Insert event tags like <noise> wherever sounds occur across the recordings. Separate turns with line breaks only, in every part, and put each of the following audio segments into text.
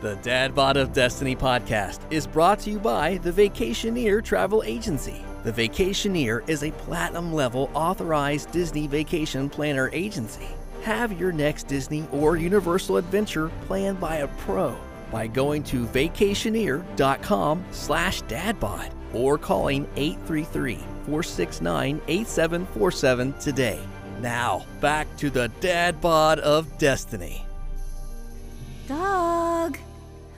The Dad Bod of Destiny podcast is brought to you by the Vacationeer Travel Agency. The Vacationeer is a platinum level authorized Disney vacation planner agency. Have your next Disney or Universal adventure planned by a pro by going to vacationeer.com slash dadbod or calling 833-469-8747 today. Now, back to the Dad Bod of Destiny.
Dog!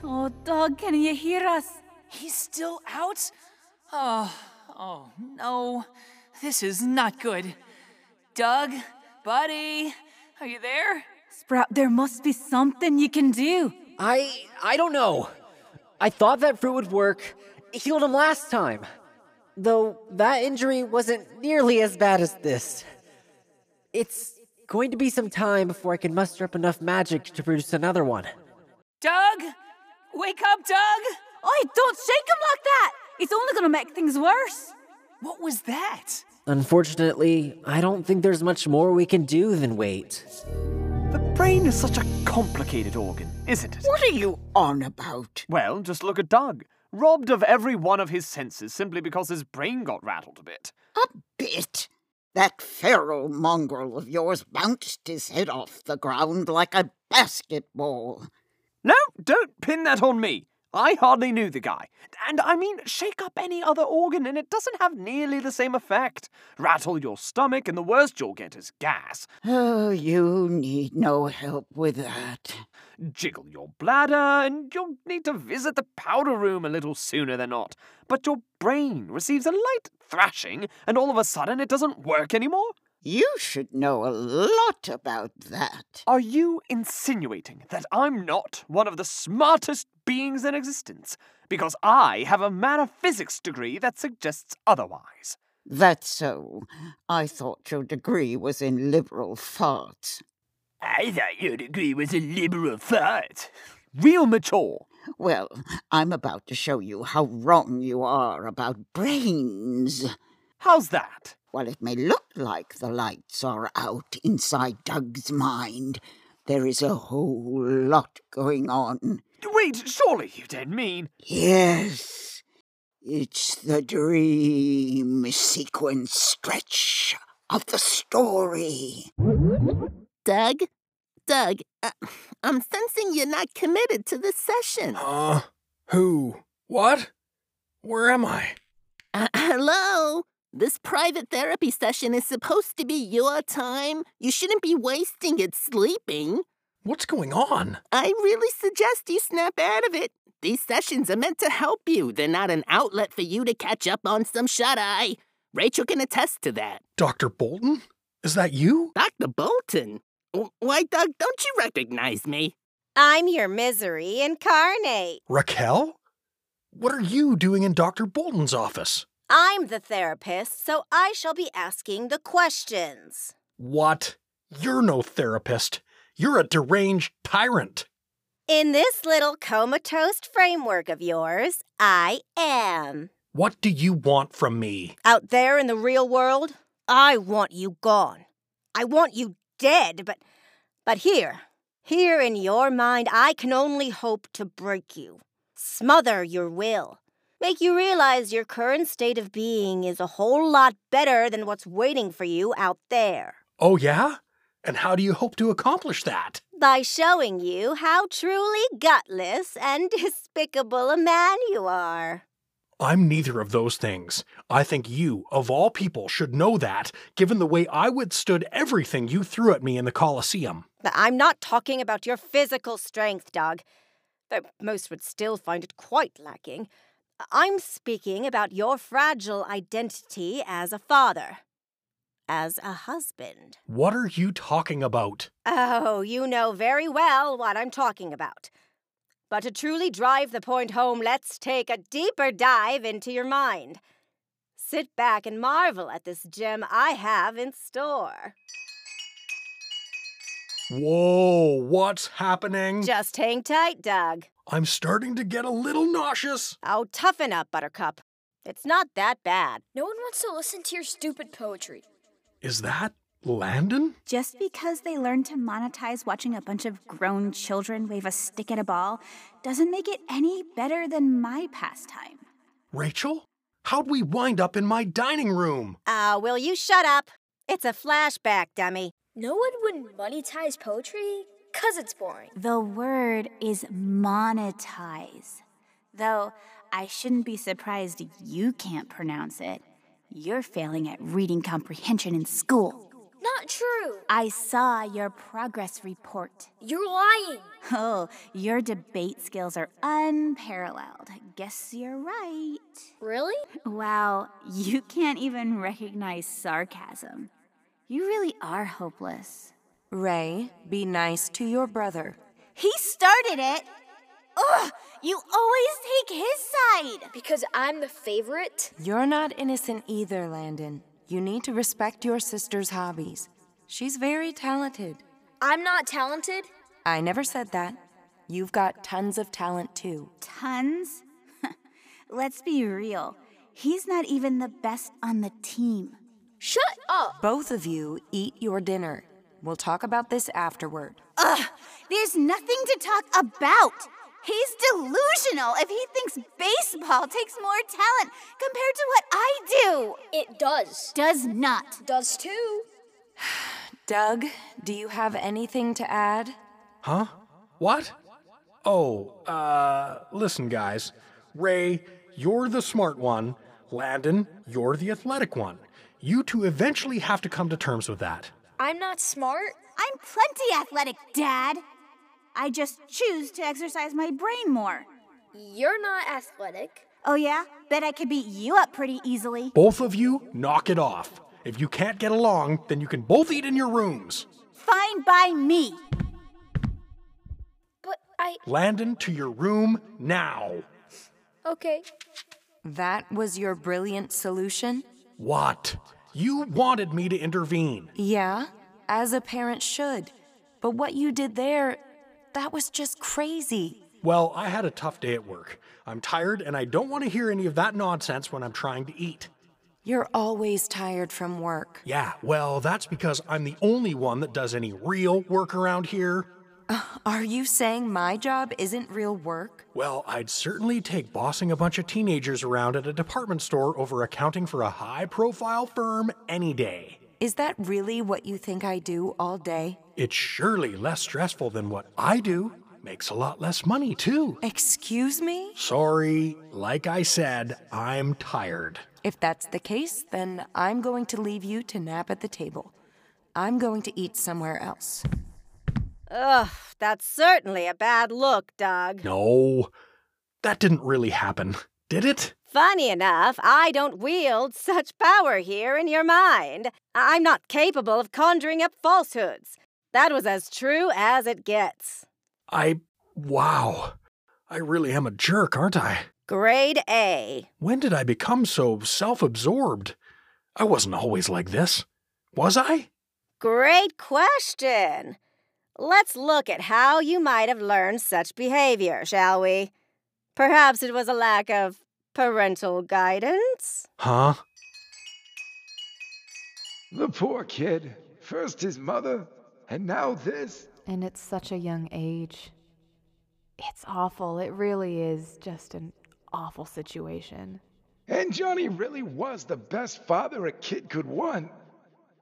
Oh, dog, can you hear us?
He's still out? Oh, oh no. This is not good. Doug, buddy, are you there?
Sprout, there must be something you can do.
I I don't know. I thought that fruit would work. It healed him last time. Though that injury wasn't nearly as bad as this. It's going to be some time before I can muster up enough magic to produce another one.
Doug? Wake up, Doug!
Oi, don't shake him like that! It's only gonna make things worse.
What was that?
Unfortunately, I don't think there's much more we can do than wait.
The brain is such a complicated organ, isn't it?
What are you on about?
Well, just look at Doug. Robbed of every one of his senses simply because his brain got rattled a bit.
A bit. That feral mongrel of yours bounced his head off the ground like a basketball.
No, don't pin that on me. I hardly knew the guy. And I mean, shake up any other organ and it doesn't have nearly the same effect. Rattle your stomach, and the worst you'll get is gas.
Oh, you need no help with that.
Jiggle your bladder, and you'll need to visit the powder room a little sooner than not. But your brain receives a light thrashing, and all of a sudden it doesn't work anymore?
You should know a lot about that.
Are you insinuating that I'm not one of the smartest beings in existence? Because I have a man of physics degree that suggests otherwise.
That's so. I thought your degree was in liberal farts.
I thought your degree was a liberal fart. Real mature.
Well, I'm about to show you how wrong you are about brains.
How's that?
While it may look like the lights are out inside Doug's mind, there is a whole lot going on.
Wait, surely you don't mean.
Yes, it's the dream sequence stretch of the story.
Doug? Doug, uh, I'm sensing you're not committed to this session.
Huh? Uh, Who? What? Where am I?
Uh, hello? This private therapy session is supposed to be your time. You shouldn't be wasting it sleeping.
What's going on?
I really suggest you snap out of it. These sessions are meant to help you, they're not an outlet for you to catch up on some shut eye. Rachel can attest to that.
Dr. Bolton? Is that you?
Dr. Bolton? W- Why, Doug, don't you recognize me?
I'm your misery incarnate.
Raquel? What are you doing in Dr. Bolton's office?
I'm the therapist, so I shall be asking the questions.
What? You're no therapist. You're a deranged tyrant.
In this little comatose framework of yours, I am.
What do you want from me?
Out there in the real world, I want you gone. I want you dead, but but here, here in your mind, I can only hope to break you, smother your will, make you realize your current state of being is a whole lot better than what's waiting for you out there.
Oh, yeah? And how do you hope to accomplish that?
by showing you how truly gutless and <laughs> despicable a man you are.
I'm neither of those things. I think you, of all people, should know that, given the way I withstood everything you threw at me in the Colosseum.
But I'm not talking about your physical strength, Doug, though most would still find it quite lacking. I'm speaking about your fragile identity as a father, as a husband.
What are you talking about?
Oh, you know very well what I'm talking about. But to truly drive the point home, let's take a deeper dive into your mind. Sit back and marvel at this gem I have in store.
Whoa, what's happening?
Just hang tight, Doug.
I'm starting to get a little nauseous.
Oh, toughen up, Buttercup. It's not that bad.
No one wants to listen to your stupid poetry.
Is that Landon?
Just because they learned to monetize watching a bunch of grown children wave a stick at a ball doesn't make it any better than my pastime.
Rachel? How'd we wind up in my dining room?
Ah, will you shut up? It's a flashback, dummy.
No one would monetize poetry, 'cause it's boring.
The word is monetize. Though I shouldn't be surprised you can't pronounce it. You're failing at reading comprehension in school.
Not true.
I saw your progress report.
You're lying.
Oh, your debate skills are unparalleled. Guess you're right.
Really?
Wow, you can't even recognize sarcasm. You really are hopeless.
Ray, be nice to your brother.
He started it! Ugh, you always take his side!
Because I'm the favorite?
You're not innocent either, Landon. You need to respect your sister's hobbies. She's very talented.
I'm not talented?
I never said that. You've got tons of talent, too.
Tons? <laughs> Let's be real. He's not even the best on the team.
Shut up!
Both of you eat your dinner. We'll talk about this afterward.
Ugh! There's nothing to talk about! He's delusional if he thinks baseball takes more talent compared to what I do.
It does.
Does not.
Does too.
Doug, do you have anything to add?
Huh? What? Oh, uh, listen, guys. Ray, you're the smart one. Landon, you're the athletic one. You two eventually have to come to terms with that.
I'm not smart.
I'm plenty athletic, Dad. I just choose to exercise my brain more.
You're not athletic.
Oh, yeah? Bet I could beat you up pretty easily.
Both of you, knock it off. If you can't get along, then you can both eat in your rooms.
Fine by me.
But I.
Landon, to your room now.
Okay.
That was your brilliant solution?
What? You wanted me to intervene.
Yeah, as a parent should. But what you did there, that was just crazy.
Well, I had a tough day at work. I'm tired and I don't want to hear any of that nonsense when I'm trying to eat.
You're always tired from work. <laughs>
Yeah, well, that's because I'm the only one that does any real work around here.
Are you saying my job isn't real work?
Well, I'd certainly take bossing a bunch of teenagers around at a department store over accounting for a high profile firm any day.
Is that really what you think I do all day?
It's surely less stressful than what I do. Makes a lot less money, too.
Excuse me?
Sorry, like I said, I'm tired.
If that's the case, then I'm going to leave you to nap at the table. I'm going to eat somewhere else.
Ugh, that's certainly a bad look, Doug.
No, that didn't really happen, did it?
Funny enough, I don't wield such power here in your mind. I'm not capable of conjuring up falsehoods. That was as true as it gets.
I. Wow. I really am a jerk, aren't I?
Grade A.
When did I become so self absorbed? I wasn't always like this. Was I?
Great question. Let's look at how you might have learned such behavior, shall we? Perhaps it was a lack of parental guidance?
Huh?
The poor kid. First his mother, and now this.
And at such a young age. It's awful. It really is just an awful situation.
And Johnny really was the best father a kid could want.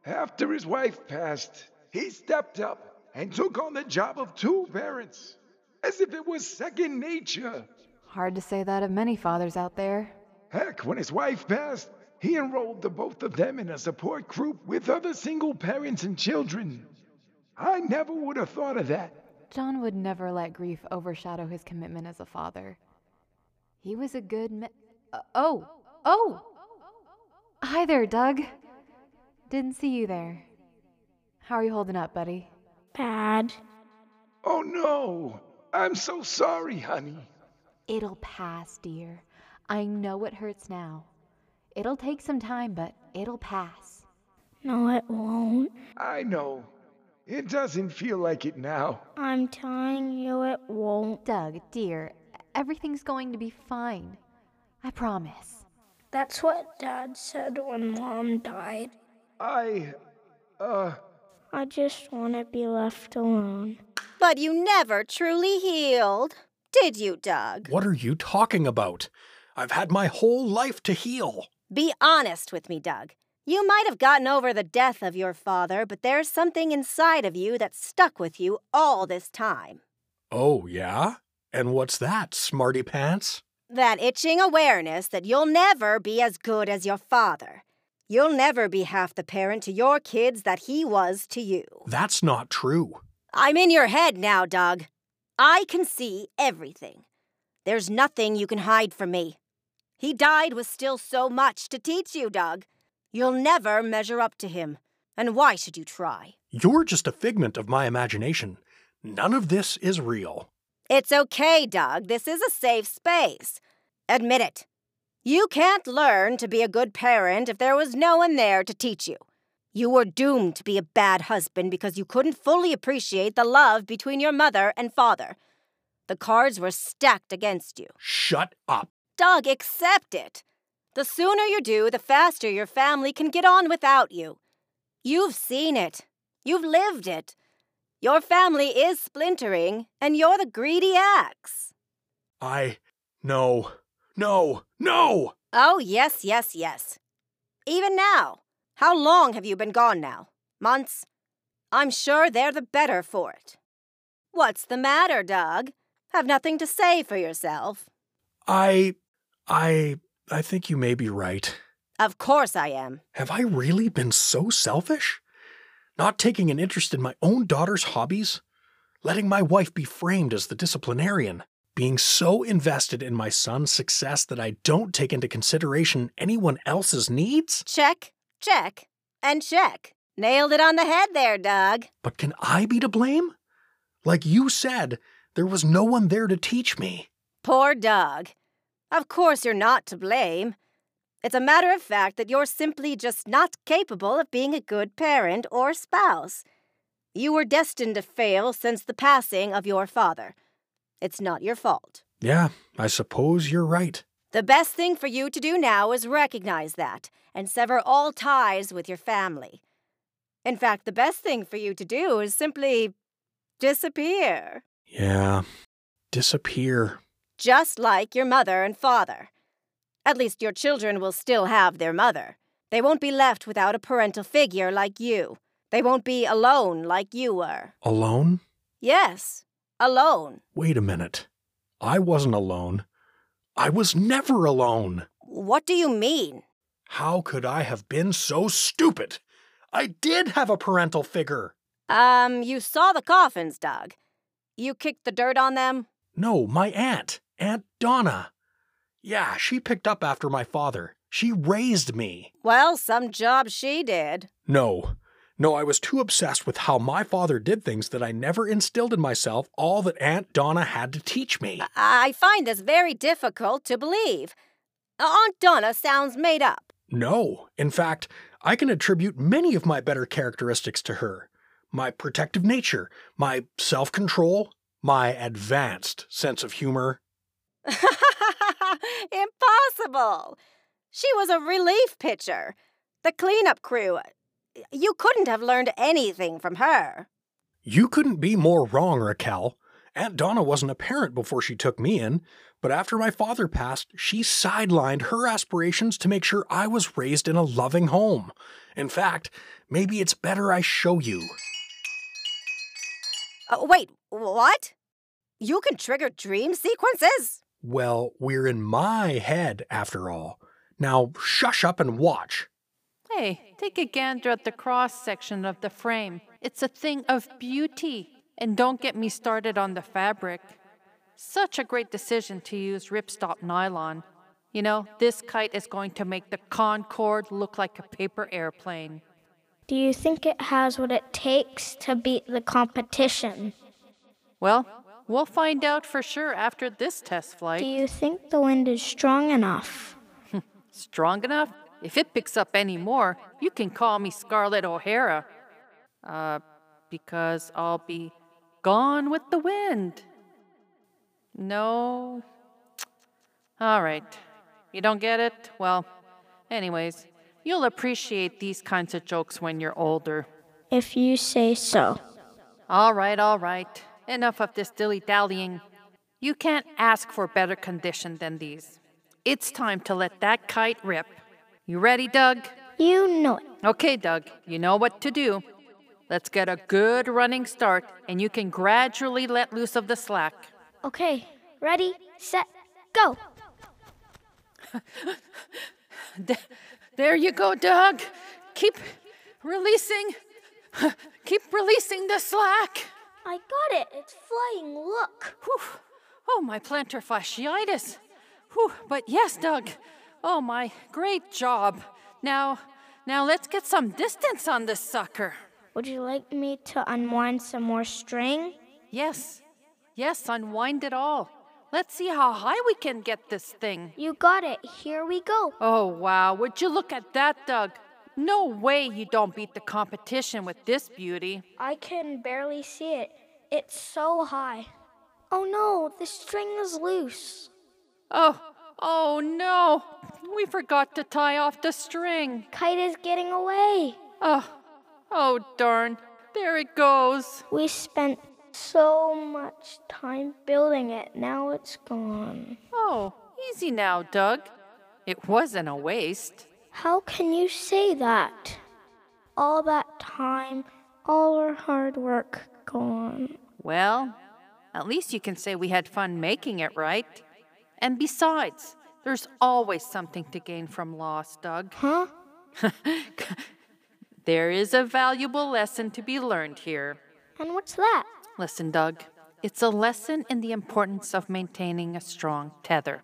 After his wife passed, he stepped up and took on the job of two parents, as if it was second nature.
Hard to say that of many fathers out there.
Heck, when his wife passed, he enrolled the both of them in a support group with other single parents and children. I never would have thought of that.
John would never let grief overshadow his commitment as a father. He was a good ma- uh, oh, oh! Hi there, Doug. Didn't see you there. How are you holding up, buddy?
Bad.
Oh no! I'm so sorry, honey.
It'll pass, dear. I know it hurts now. It'll take some time, but it'll pass.
No, it won't.
I know. It doesn't feel like it now.
I'm telling you, it won't.
Doug, dear, everything's going to be fine. I promise.
That's what Dad said when Mom died.
I. Uh,
I just want to be left alone.
But you never truly healed, did you, Doug?
What are you talking about? I've had my whole life to heal.
Be honest with me, Doug. You might have gotten over the death of your father, but there's something inside of you that's stuck with you all this time.
Oh, yeah? And what's that, smarty pants?
That itching awareness that you'll never be as good as your father. You'll never be half the parent to your kids that he was to you.
That's not true.
I'm in your head now, Doug. I can see everything. There's nothing you can hide from me. He died with still so much to teach you, Doug. You'll never measure up to him. And why should you try?
You're just a figment of my imagination. None of this is real.
It's okay, Doug. This is a safe space. Admit it. You can't learn to be a good parent if there was no one there to teach you. You were doomed to be a bad husband because you couldn't fully appreciate the love between your mother and father. The cards were stacked against you.
Shut up.
Doug, accept it. The sooner you do, the faster your family can get on without you. You've seen it. You've lived it. Your family is splintering, and you're the greedy axe.
I. No. No. No!
Oh, yes, yes, yes. Even now. How long have you been gone now? Months? I'm sure they're the better for it. What's the matter, Doug? Have nothing to say for yourself.
I. I. I think you may be right.
Of course I am.
Have I really been so selfish? Not taking an interest in my own daughter's hobbies? Letting my wife be framed as the disciplinarian? Being so invested in my son's success that I don't take into consideration anyone else's needs?
Check, check, and check. Nailed it on the head there, Doug.
But can I be to blame? Like you said, there was no one there to teach me.
Poor Doug. Of course, you're not to blame. It's a matter of fact that you're simply just not capable of being a good parent or spouse. You were destined to fail since the passing of your father. It's not your fault.
Yeah, I suppose you're right.
The best thing for you to do now is recognize that and sever all ties with your family. In fact, the best thing for you to do is simply disappear.
Yeah, disappear
just like your mother and father. At least your children will still have their mother. They won't be left without a parental figure like you. They won't be alone like you were.
Alone?
Yes, alone.
Wait a minute. I wasn't alone. I was never alone.
What do you mean?
How could I have been so stupid? I did have a parental figure.
Um, you saw the coffins, Doug. You kicked the dirt on them?
No, my aunt. Aunt Donna. Yeah, she picked up after my father. She raised me.
Well, some job she did.
No. No, I was too obsessed with how my father did things that I never instilled in myself all that Aunt Donna had to teach me.
I find this very difficult to believe. Aunt Donna sounds made up.
No. In fact, I can attribute many of my better characteristics to her my protective nature, my self control, my advanced sense of humor.
Impossible! She was a relief pitcher. The cleanup crew. You couldn't have learned anything from her.
You couldn't be more wrong, Raquel. Aunt Donna wasn't a parent before she took me in, but after my father passed, she sidelined her aspirations to make sure I was raised in a loving home. In fact, maybe it's better I show you.
Uh, wait, what? You can trigger dream sequences?
Well, we're in my head, after all. Now, shush up and watch.
Hey, take a gander at the cross section of the frame. It's a thing of beauty. And don't get me started on the fabric. Such a great decision to use ripstop nylon. You know, this kite is going to make the Concorde look like a paper airplane.
Do you think it has what it takes to beat the competition?
Well, we'll find out for sure after this test flight.
Do you think the wind is strong enough?
strong enough? If it picks up any more, you can call me Scarlett O'Hara. Uh, because I'll be gone with the wind. No. All right. You don't get it? Well, anyways, you'll appreciate these kinds of jokes when you're older.
if you say so.
All right, all right. Enough of this dilly dallying. You can't ask for better condition than these. It's time to let that kite rip. You ready, Doug?
You know it.
Okay, Doug, you know what to do. Let's get a good running start, and you can gradually let loose of the slack.
Okay, ready, set,
<laughs>
go.
D- there you go, Doug. Keep releasing. Keep releasing the slack.
I got it. It's flying. Look.
Whew. Oh, my plantar fasciitis. Whew. But yes, Doug. Oh, my. Great job. Now, now let's get some distance on this sucker.
Would you like me to unwind some more string?
Yes. Yes, unwind it all. Let's see how high we can get this thing.
You got it. Here we go.
Oh, wow. Would you look at that, Doug? No way you don't beat the competition with this beauty.
I can barely see it. It's so high. Oh no, the string is loose.
Oh, oh no. We forgot to tie off the string.
Kite is getting away.
Oh, oh darn. There it goes.
We spent so much time building it. Now it's gone.
Oh, easy now, Doug. It wasn't a waste.
How can you say that? All that time, all our hard work gone.
Well, at least you can say we had fun making it, right? And besides, there's always something to gain from loss, Doug.
Huh?
<laughs> there is a valuable lesson to be learned here.
And what's that?
Listen, Doug, it's a lesson in the importance of maintaining a strong tether.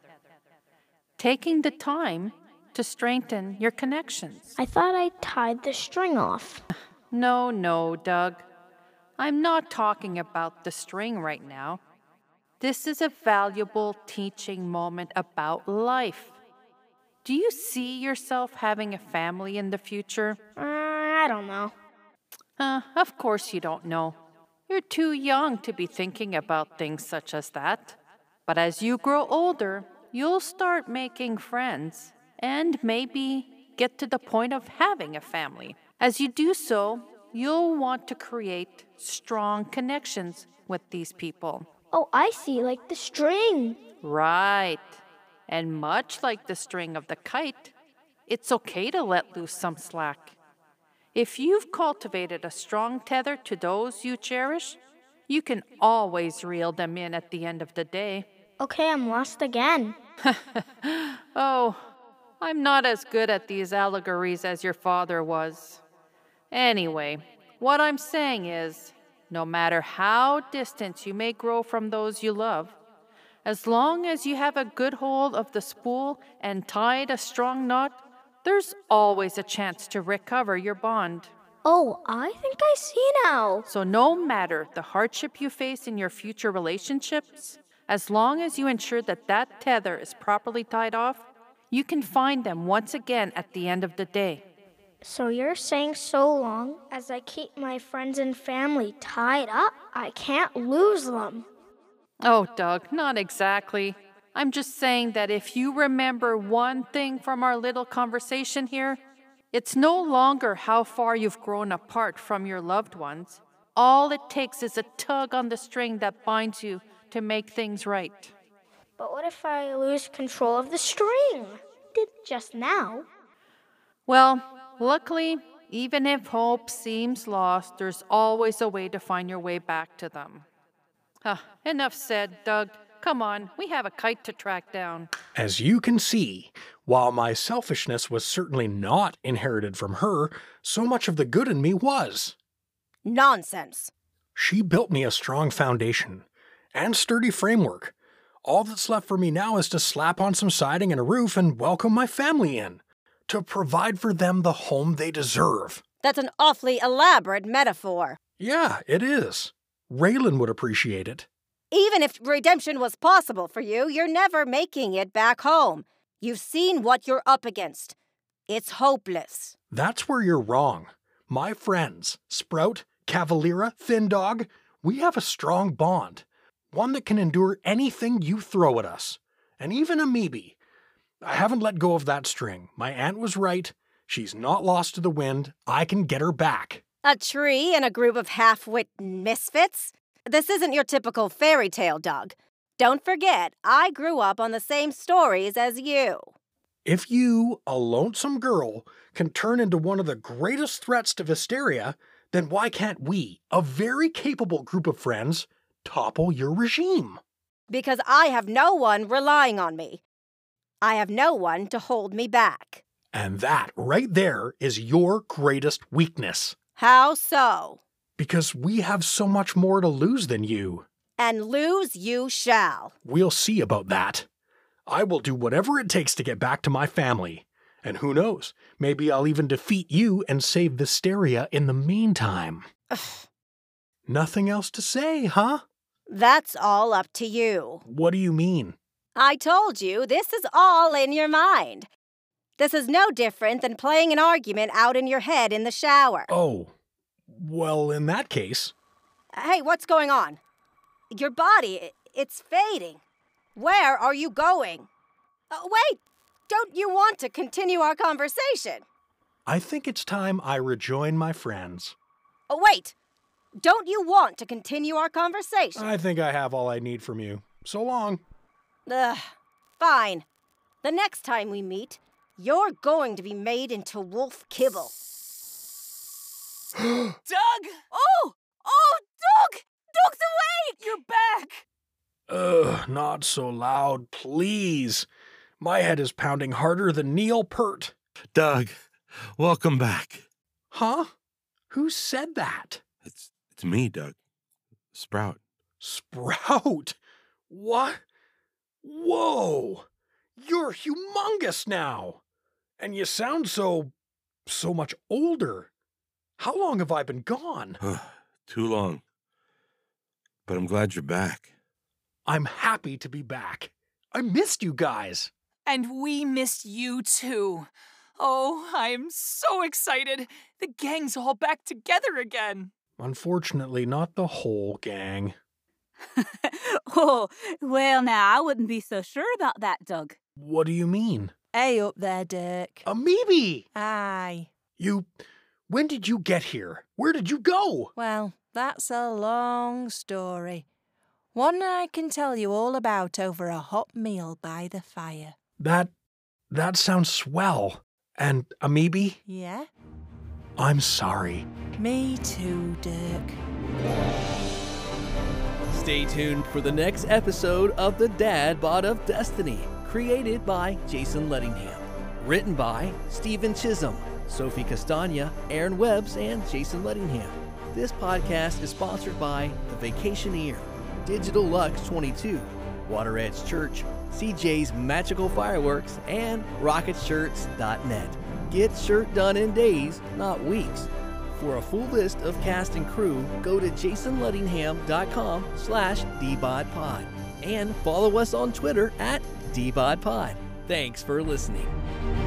Taking the time to strengthen your connections.
I thought I tied the string off.
<laughs> No, no, Doug. I'm not talking about the string right now. This is a valuable teaching moment about life. Do you see yourself having a family in the future?
Uh, I don't know.
Uh, of course, you don't know. You're too young to be thinking about things such as that. But as you grow older, you'll start making friends and maybe get to the point of having a family. As you do so, you'll want to create strong connections with these people.
Oh, I see, like the string.
Right. And much like the string of the kite, it's okay to let loose some slack. If you've cultivated a strong tether to those you cherish, you can always reel them in at the end of the day.
Okay, I'm lost again.
<laughs> oh, I'm not as good at these allegories as your father was. Anyway, what I'm saying is no matter how distant you may grow from those you love, as long as you have a good hold of the spool and tied a strong knot, there's always a chance to recover your bond.
Oh, I think I see now.
So, no matter the hardship you face in your future relationships, as long as you ensure that that tether is properly tied off, you can find them once again at the end of the day.
So, you're saying so long as I keep my friends and family tied up, I can't lose them.
Oh, Doug, not exactly. I'm just saying that if you remember one thing from our little conversation here, it's no longer how far you've grown apart from your loved ones. All it takes is a tug on the string that binds you to make things right.
But what if I lose control of the string? Did just now.
Well, luckily, even if hope seems lost, there's always a way to find your way back to them. Huh, enough said, Doug. Come on, we have a kite to track down.
As you can see, while my selfishness was certainly not inherited from her, so much of the good in me was.
Nonsense.
She built me a strong foundation and sturdy framework. All that's left for me now is to slap on some siding and a roof and welcome my family in, to provide for them the home they deserve.
That's an awfully elaborate metaphor.
Yeah, it is. Raylan would appreciate it.
Even if redemption was possible for you, you're never making it back home. You've seen what you're up against. It's hopeless.
That's where you're wrong. My friends, Sprout, Cavalera, Thin Dog, we have a strong bond, one that can endure anything you throw at us, and even a maybe. I haven't let go of that string. My aunt was right. She's not lost to the wind. I can get her back.
A tree and a group of half wit misfits? This isn't your typical fairy tale, Doug. Don't forget, I grew up on the same stories as you.
If you, a lonesome girl, can turn into one of the greatest threats to Visteria, then why can't we, a very capable group of friends, topple your regime?
Because I have no one relying on me. I have no one to hold me back.
And that right there is your greatest weakness.
How so?
Because we have so much more to lose than you.
And lose you shall.
We'll see about that. I will do whatever it takes to get back to my family. And who knows, maybe I'll even defeat you and save Visteria in the meantime. Nothing else to say, huh?
That's all up to you.
What do you mean?
I told you, this is all in your mind. This is no different than playing an argument out in your head in the shower.
Oh, well, in that case,
Hey, what's going on? Your body, i- it's fading. Where are you going? Uh, wait, don't you want to continue our conversation?
I think it's time I rejoin my friends.
Oh, wait, don't you want to continue our conversation?
I think I have all I need from you. So long.
Ugh, fine. The next time we meet, you're going to be made into wolf kibble. <gasps>
Doug! Oh! Oh, Doug! Doug's awake! You're back!
Ugh, not so loud, please. My head is pounding harder than Neil Pert.
Doug, welcome back.
Huh? Who said that?
It's me, Doug. Sprout. <sighs>
Sprout? What? Whoa! You're humongous now! And you sound so. so much older. How long have I been gone?
Too long. But I'm glad you're back.
I'm happy to be back. I missed you guys.
And we missed you too. Oh, I am so excited. The gang's all back together again.
Unfortunately, not the whole gang.
<laughs> Oh, well, now I wouldn't be so sure about that, Doug.
What do you mean?
Hey, up there, Dick.
A Uh, maybe!
Aye.
You. When did you get here? Where did you go?
Well, that's a long story. One I can tell you all about over a hot meal by the fire.
That. that sounds swell. And a maybe?
Yeah?
I'm sorry.
Me too, Dirk.
Stay tuned for the next episode of The Dad Bod of Destiny, created by Jason Lettingham. Written by Stephen Chisholm, Sophie Castagna, Aaron Webbs, and Jason Lettingham. This podcast is sponsored by The Vacationeer, Digital Lux 22, Water Edge Church, CJ's Magical Fireworks, and RocketShirts.net. Get shirt done in days, not weeks. For a full list of cast and crew, go to jasonlettingham.com slash dbodpod and follow us on Twitter at dbodpod. Thanks for listening.